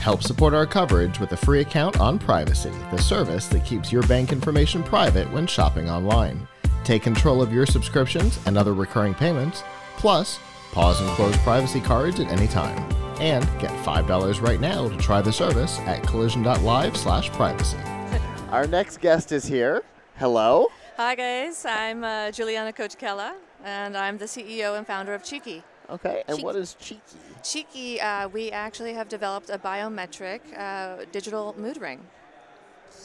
Help support our coverage with a free account on Privacy, the service that keeps your bank information private when shopping online. Take control of your subscriptions and other recurring payments, plus, pause and close privacy cards at any time. And get $5 right now to try the service at collision.live slash privacy. Our next guest is here. Hello. Hi, guys. I'm uh, Juliana Coachella, and I'm the CEO and founder of Cheeky. Okay, and what is cheeky? Cheeky, uh, we actually have developed a biometric uh, digital mood ring.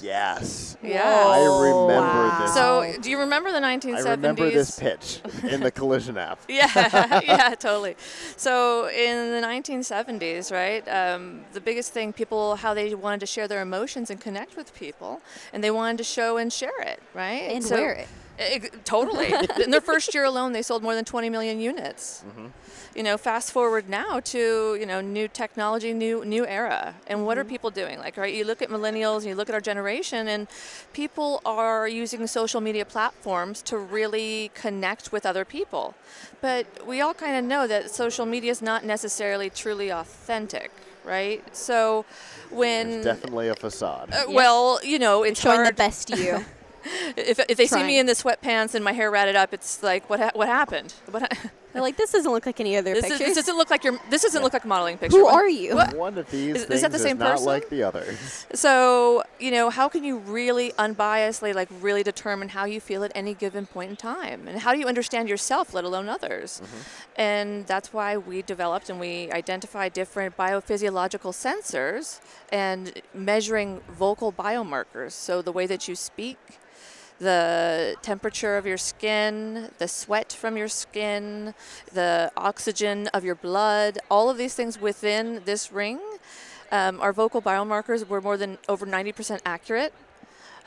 Yes. Yeah. I remember this. So, do you remember the 1970s? I remember this pitch in the collision app. yeah, yeah, totally. So in the 1970s, right, um, the biggest thing people how they wanted to share their emotions and connect with people, and they wanted to show and share it, right, And wear it. Ex- totally. in their first year alone, they sold more than 20 million units. You know, fast forward now to you know new technology, new new era, and Mm-hmm. what are people doing? Like, right, you look at millennials, and you look at our generation, and people are using social media platforms to really connect with other people. But we all kind of know that social media is not necessarily truly authentic, right? So when Definitely a facade. uh, well, you know, it's Showing the hard best you. if, if they see Trying. me in the sweatpants and my hair ratted up, it's like what ha- what happened? What ha- They're like, this doesn't look like any other this, is, pictures. this doesn't look like your this doesn't look like a modeling picture. Who What- are you? what- One of these Is- is things that the same not person? like the others. So you know how can you really unbiasedly like really determine how you feel at any given point in time, and how do you understand yourself, let alone others? And that's why we developed and we identify different biophysiological sensors and measuring vocal biomarkers. So the way that you speak, the temperature of your skin, the sweat from your skin, the oxygen of your blood, all of these things within this ring. Um, our vocal biomarkers were more than over 90% accurate.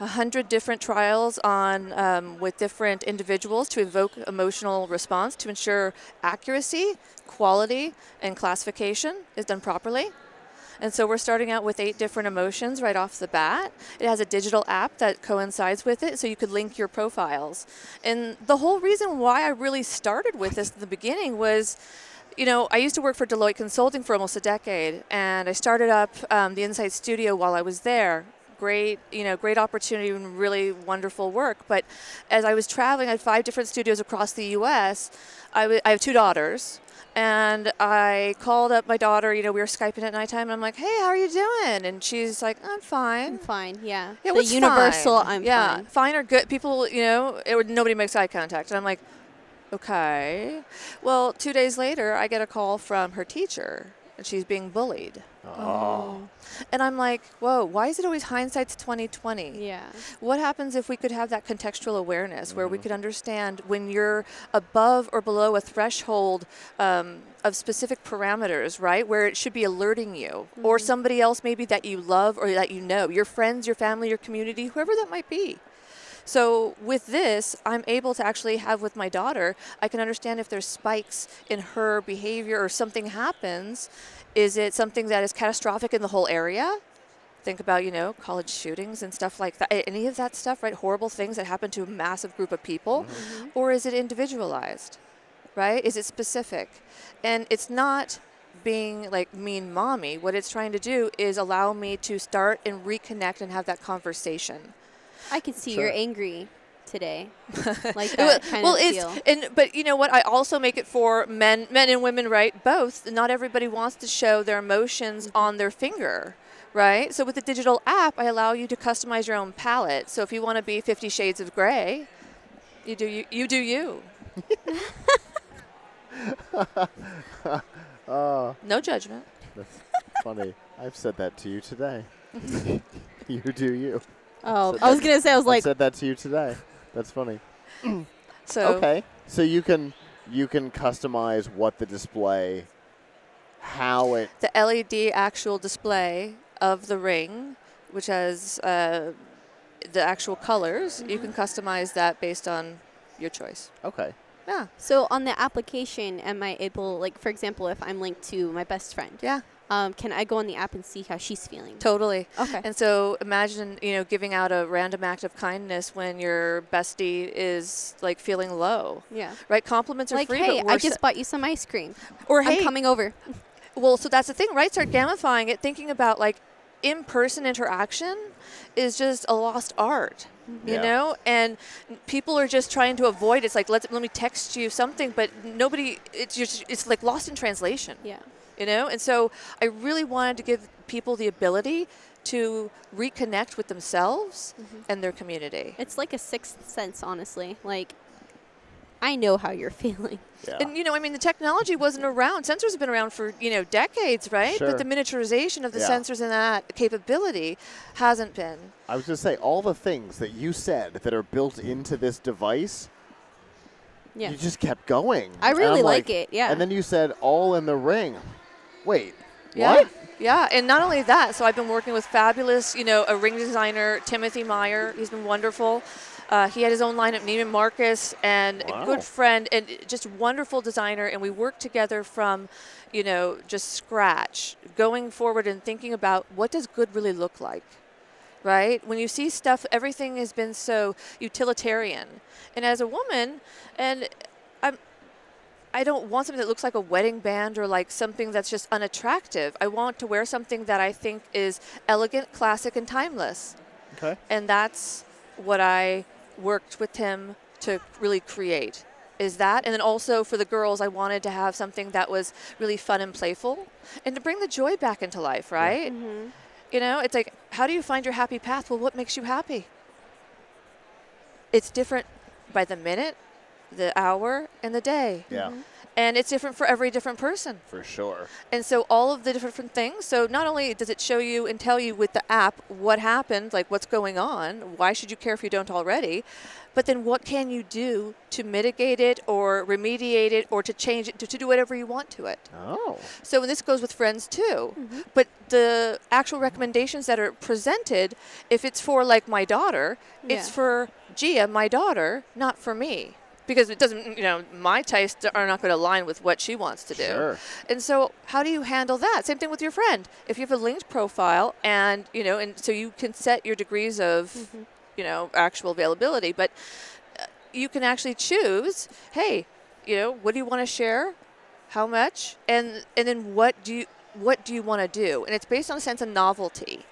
A hundred different trials on um, with different individuals to evoke emotional response to ensure accuracy, quality, and classification is done properly. And so we're starting out with eight different emotions right off the bat. It has a digital app that coincides with it, so you could link your profiles. And the whole reason why I really started with this in the beginning was. You know, I used to work for Deloitte Consulting for almost a decade, and I started up um, the Insight Studio while I was there. Great, you know, great opportunity and really wonderful work. But as I was traveling, I had five different studios across the U.S. I wa- I have two daughters, and I called up my daughter. You know, we were skyping at nighttime, and I'm like, "Hey, how are you doing?" And she's like, "I'm fine." I'm fine. Yeah. Yeah, the what's universal. fine? I'm yeah, fine. fine or good. People, you know, it would, nobody makes eye contact, and I'm like, "Okay." Well, two days later, I get a call from her teacher, and she's being bullied. Oh. And I'm like, "Whoa, why is it always hindsight's 2020?" Yeah. What happens if we could have that contextual awareness where we could understand when you're above or below a threshold um, of specific parameters, right? Where it should be alerting you or somebody else maybe that you love or that you know, your friends, your family, your community, whoever that might be. So with this, I'm able to actually have with my daughter, I can understand if there's spikes in her behavior or something happens. Is it something that is catastrophic in the whole area? Think about, you know, college shootings and stuff like that. Any of that stuff, right? Horrible things that happen to a massive group of people. Or is it individualized? right? Is it specific? And it's not being like mean mommy. What it's trying to do is allow me to start and reconnect and have that conversation. I can see Sure. you're angry today. like that Well, kind well, of it's deal. and but you know what? I also make it for men, men and women, right? Both. Not everybody wants to show their emotions Mm-hmm. on their finger, right? So with the digital app, I allow you to customize your own palette. So if you want to be Fifty Shades of Grey, you do you. You do you. no judgment. That's funny. I've said that to you today. you do you. Oh, So I was gonna say I was I like, said that to you today. That's funny. So Okay. So you can you can customize what the display how it the LED actual display of the ring, which has uh, the actual colors. You Mm-hmm. can customize that based on your choice. Okay. Yeah, so on the application, am I able, like, for example, if I'm linked to my best friend, yeah, um, can I go on the app and see how she's feeling? totally. Okay. And so imagine, you know, giving out a random act of kindness when your bestie is like feeling low. yeah. Right? Compliments are Like, free, hey, but I we're just bought you some ice cream. or I'm coming over. Well, so that's the thing, right? Start gamifying it, thinking about like in person interaction is just a lost art. You Yeah. know, and people are just trying to avoid. It's like let let me text you something, but nobody. It's just, it's like lost in translation. Yeah. You know, and so I really wanted to give people the ability to reconnect with themselves and their community. It's like a sixth sense, honestly. Like, I know how you're feeling. Yeah. And you know, I mean, the technology wasn't around. Sensors have been around for you know decades, right? Sure. But the miniaturization of the Yeah. sensors and that capability hasn't been. I was going to say all the things that you said that are built into this device. Yeah. You just kept going. I And really I'm like it, yeah. And then you said all in the ring. Wait. Yeah. What? Yeah, and not only that, so I've been working with fabulous, you know, a ring designer, Timothy Meyer. He's been wonderful. Uh, he had his own line at Neiman Marcus and Wow. a good friend and just wonderful designer. And we worked together from, you know, just scratch, going forward and thinking about what does good really look like? right? When you see stuff, everything has been so utilitarian. And as a woman, and I'm, I don't want something that looks like a wedding band or like something that's just unattractive. I want to wear something that I think is elegant, classic, and timeless. Okay. And that's what I worked with him to really create. Is that? And then also for the girls, I wanted to have something that was really fun and playful and to bring the joy back into life, right? You know, it's like, how do you find your happy path? Well, what makes you happy? It's different by the minute, the hour, and the day. Yeah. And it's different for every different person. For sure. And so all of the different things. So not only does it show you and tell you with the app what happened, like what's going on, why should you care if you don't already, but then what can you do to mitigate it or remediate it or to change it to, to do whatever you want to it. Oh. So this goes with friends too. But the actual recommendations that are presented, if it's for like my daughter, it's Yeah. for Gia, my daughter, not for me. Because it doesn't, you know, my tastes are not going to align with what she wants to do. Sure. And so, how do you handle that? Same thing with your friend. If you have a linked profile, and you know, and so you can set your degrees of, you know, actual availability, but uh, you can actually choose. Hey, you know, what do you want to share? How much? And and then what do you what do you want to do? And it's based on a sense of novelty.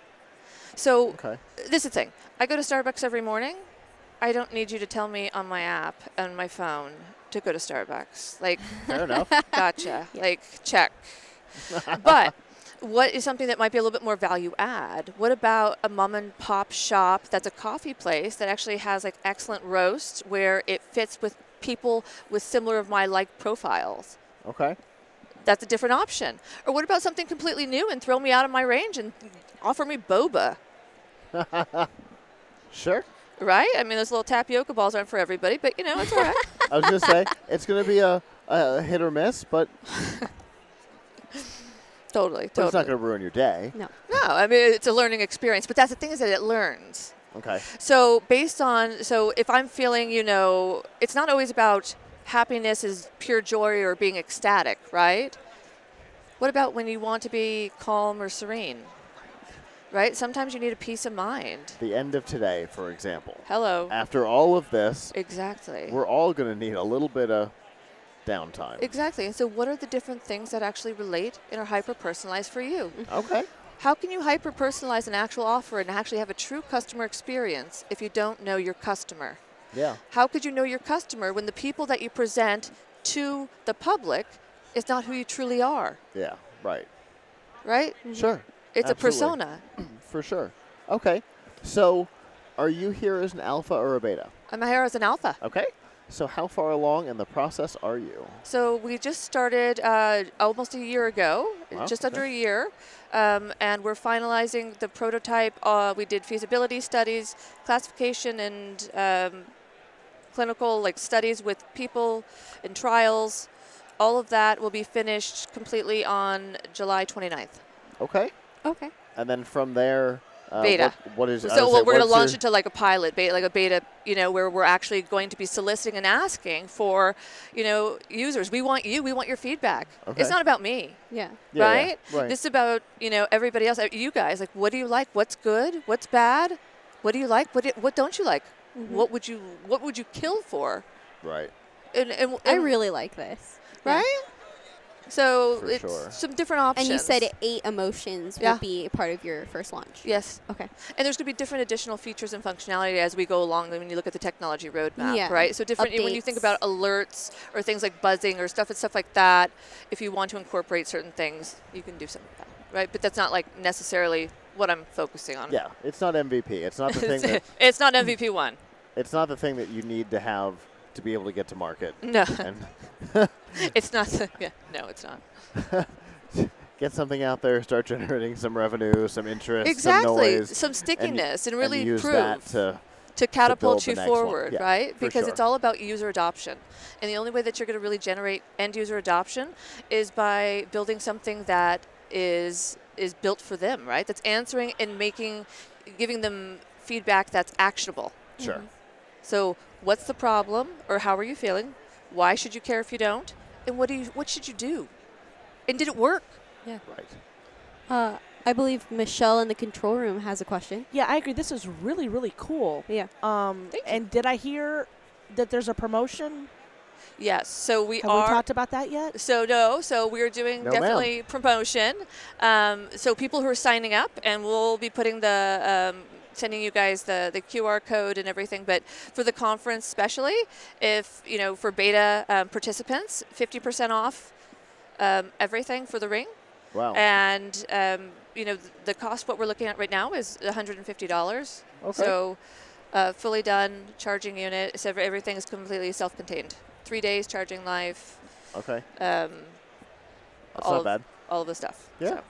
So Okay. this is the thing. I go to Starbucks every morning. I don't need you to tell me on my app and my phone to go to Starbucks. Like Fair enough. gotcha. Like, check. but what is something that might be a little bit more value add? What about a mom and pop shop that's a coffee place that actually has like excellent roasts where it fits with people with similar of my like profiles? Okay. That's a different option. Or what about something completely new and throw me out of my range and offer me boba? Sure. Right? I mean, those little tapioca balls aren't for everybody, but you know, it's all right. I was going to say it's going to be a, a hit or miss, but, totally, but it's not totally. going to ruin your day. No. No, I mean, it's a learning experience, but that's the thing is that it learns. Okay. So based on so if I'm feeling, you know, it's not always about happiness is pure joy or being ecstatic, right? What about when you want to be calm or serene? Right? Sometimes you need a peace of mind. The end of today, for example. Hello. After all of this, Exactly. we're all going to need a little bit of downtime. Exactly. And so what are the different things that actually relate and are hyper personalized for you? okay. How can you hyper personalize an actual offer and actually have a true customer experience if you don't know your customer? Yeah. How could you know your customer when the people that you present to the public is not who you truly are, Yeah. Right. right? Sure. Absolutely. It's a persona. For sure. Okay. So, are you here as an alpha or a beta? I'm here as an alpha. Okay. So, how far along in the process are you? So we just started uh, almost a year ago, Wow, just okay. under a year, um, and we're finalizing the prototype. Uh, we did feasibility studies, classification, and um, clinical like studies with people and trials. All of that will be finished completely on July 29th. Okay. Okay. And then from there, uh, Beta. What, what is I So would well, say, we're going to what's your- launch it to like a pilot, beta, like a beta, you know, where we're actually going to be soliciting and asking for, you know, users. We want you. We want your feedback. Okay. It's not about me, Yeah, Yeah. yeah, right? right. This is about you know everybody else. uh, You guys, like, what do you like? What's good? What's bad? What do you like? What do, what don't you like? Mm-hmm. What would you What would you kill for? Right. And, and, I and- really like this. Yeah. right. So For it's sure. some different options. And you said eight emotions Yeah. will be part of your first launch. Yes. Okay. And there's going to be different additional features and functionality as we go along when you look at the technology roadmap, Yeah. right? So different when you think Updates. about alerts or things like buzzing or stuff and stuff like that, if you want to incorporate certain things, you can do something like that, right? But that's not like necessarily what I'm focusing on. Yeah, it's not MVP. It's not the thing that it's not MVP one. it's not the thing that you need to have to be able to get to market No, and it's not. Yeah, no, it's not. get something out there, start generating some revenue, some interest, Exactly. some noise, Some stickiness and, really and use prove. that to to catapult the you next one. forward, Yeah, right? for Because sure. it's all about user adoption. And the only way that you're going to really generate end user adoption is by building something that is is built for them, right? That's answering and making giving them feedback that's actionable. sure. Mm-hmm. So, what's the problem or how are you feeling? Why should you care if you don't? And what do you what should you do? And did it work? Right. Uh, I believe Michelle in the control room has a question. Yeah, I agree. This is really, really cool. Yeah. Um, Thank you. and did I hear that there's a promotion? Yes. So we Have are we talked about that yet? So no, so we're doing No, ma'am. definitely promotion. Um, so people who are signing up, and we'll be putting the um, sending you guys the the QR code and everything. But for the conference, especially if you know for beta um, participants, fifty percent off um, everything for the ring, Wow. and um, you know th- the cost. What we're looking at right now is one hundred and fifty dollars. Okay. So uh, fully done charging unit. So everything is completely self-contained. Three days charging live okay. um, That's all not of, bad. All of the stuff. Yeah. So,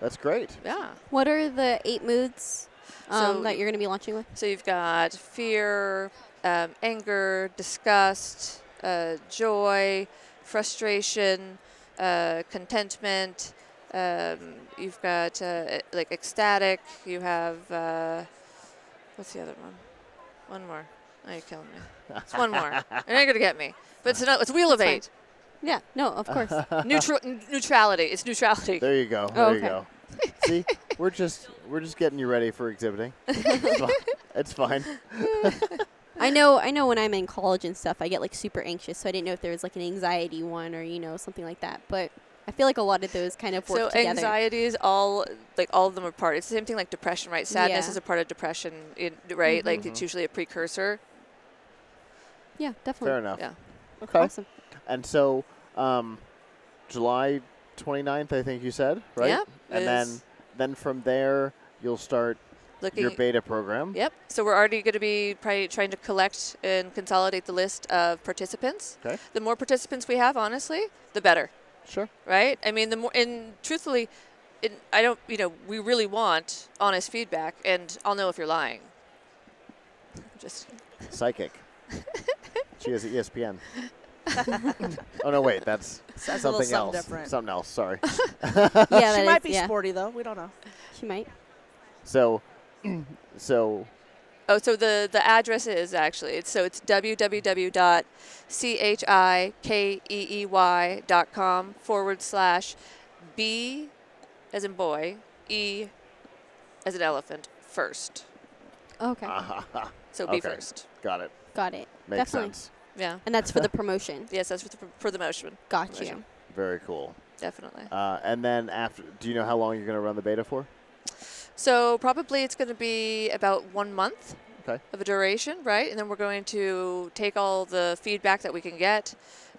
That's great. yeah. What are the eight moods um, So- that you're going to be launching with? So you've got fear, um, anger, disgust, uh, joy, frustration, uh, contentment. Um, you've got uh, e- like ecstatic. You have uh, what's the other one? One more. Now you're killing me. It's one more. You're not gonna get me. But it's another. It's wheel of That's eight. Yeah. No, of course. Neutral. n- neutrality. It's neutrality. There you Oh, go. There you okay. go. See, we're just we're just getting you ready for exhibiting. it's fine. It's fine. I know. I know. When I'm in college and stuff, I get like super anxious. So I didn't know if there was like an anxiety one or you know something like that. But I feel like a lot of those kind of work so together. anxiety is all like all of them are part. It's the same thing like depression, right? Sadness Yeah. is a part of depression, in, right? Mm-hmm. Like it's usually a precursor. Yeah, definitely. Fair enough. Yeah. Okay. Awesome. And so, um, July 29th, I think you said, right? Yep. And Is then then from there you'll start looking. your beta program. Yep. So we're already going to be probably trying to collect and consolidate the list of participants. Okay. The more participants we have, honestly, the better. Sure. right? I mean, the more and truthfully, it, I don't. You know, we really want honest feedback, and I'll know if you're lying. Just Psychic. she E is at ESPN. oh no, wait, that's That's a something little else. something different. Something else. Sorry. yeah, that she is- might be yeah. sporty though. We don't know. She might. so, so oh, so the the address is actually it's so it's www.chikeey.com forward slash b as in boy e as in elephant first. Okay. So be Okay. first. got it. Got it. Makes definitely. sense. Yeah. And that's for the promotion. Yes, that's for the, for the motion. Got Promotion. you. Very cool. Definitely. Uh, and then after, do you know how long you're going to run the beta for? So probably it's going to be about one month Okay. of a duration, right? And then we're going to take all the feedback that we can get,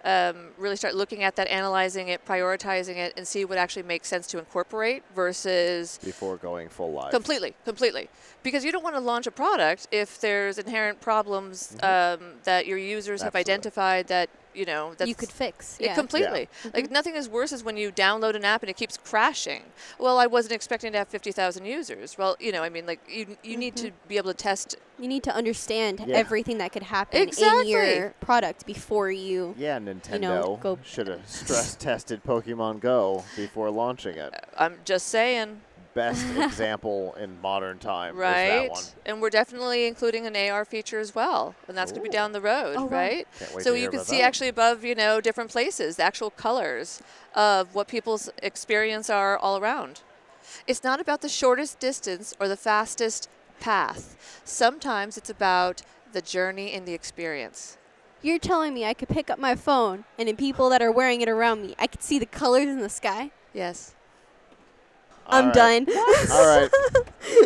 um, really start looking at that, analyzing it, prioritizing it, and see what actually makes sense to incorporate versus Before going full live. completely, completely. Because you don't want to launch a product if there's inherent problems um, that your users have Mm-hmm. Absolutely. identified that you know that's you could fix. it Yeah. completely. Like nothing is worse is when you download an app and it keeps crashing. Well, I wasn't expecting to have 50,000 users. Well, you know, I mean, like you you need to be able to test. you need to understand Yeah. everything that could happen Exactly. in your product before you. Yeah, Nintendo go- should have stress tested Pokemon Go before launching it. I'm just saying, Best example in modern time right? is that one. And we're definitely including an AR feature as well, and that's going to Ooh. be down the road, Oh, wow. right? Can't wait to so you hear can about see that. actually above, you know, different places, the actual colors of what people's experience are all around. It's not about the shortest distance or the fastest path. Sometimes it's about the journey and the experience. You're telling me I could pick up my phone and the people that are wearing it around me, I could see the colors in the sky. Yes. All I'm right. done. All right.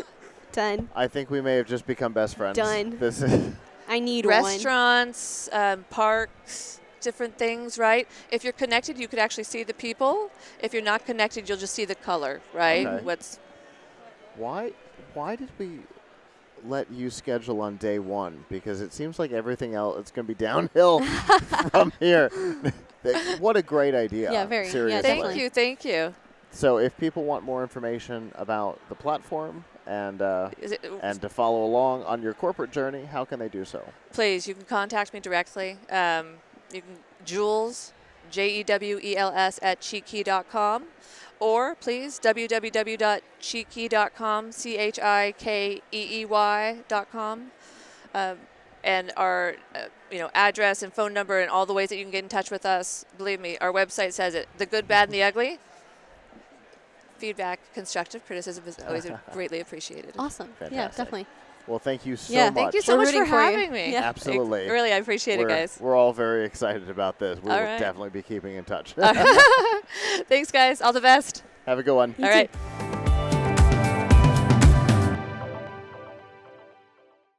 done. I think we may have just become best friends. Done. This is I need one. Restaurants, um, parks, different things, right? If you're connected, you could actually see the people. If you're not connected, you'll just see the color, right? Okay. What's why. Why did we let you schedule on day one? Because it seems like everything else it's going to be downhill from here. Th- what a great idea. Yeah, very. Yeah, Seriously. Thank Definitely. you, thank you. So if people want more information about the platform and uh, Is it- and to follow along on your corporate journey, how can they do so? please, you can contact me directly. Um, you can Jules, J E W E L S at cheeky.com, or please www.cheeky.com, C H I K E E Y dot com, Um, and our uh, you know address and phone number and all the ways that you can get in touch with us. Believe me, our website says it: the good, bad, and the ugly. Feedback, constructive criticism is always greatly appreciated. Awesome. Yeah, Fantastic. definitely. Well, thank you so Yeah, much. Thank you so We're much for, rooting for you. having me. Yeah. Absolutely. Really, I appreciate we're, it, guys. We're all very excited about this. We All will right. definitely be keeping in touch. Thanks, guys. All the best. Have a good one. All right.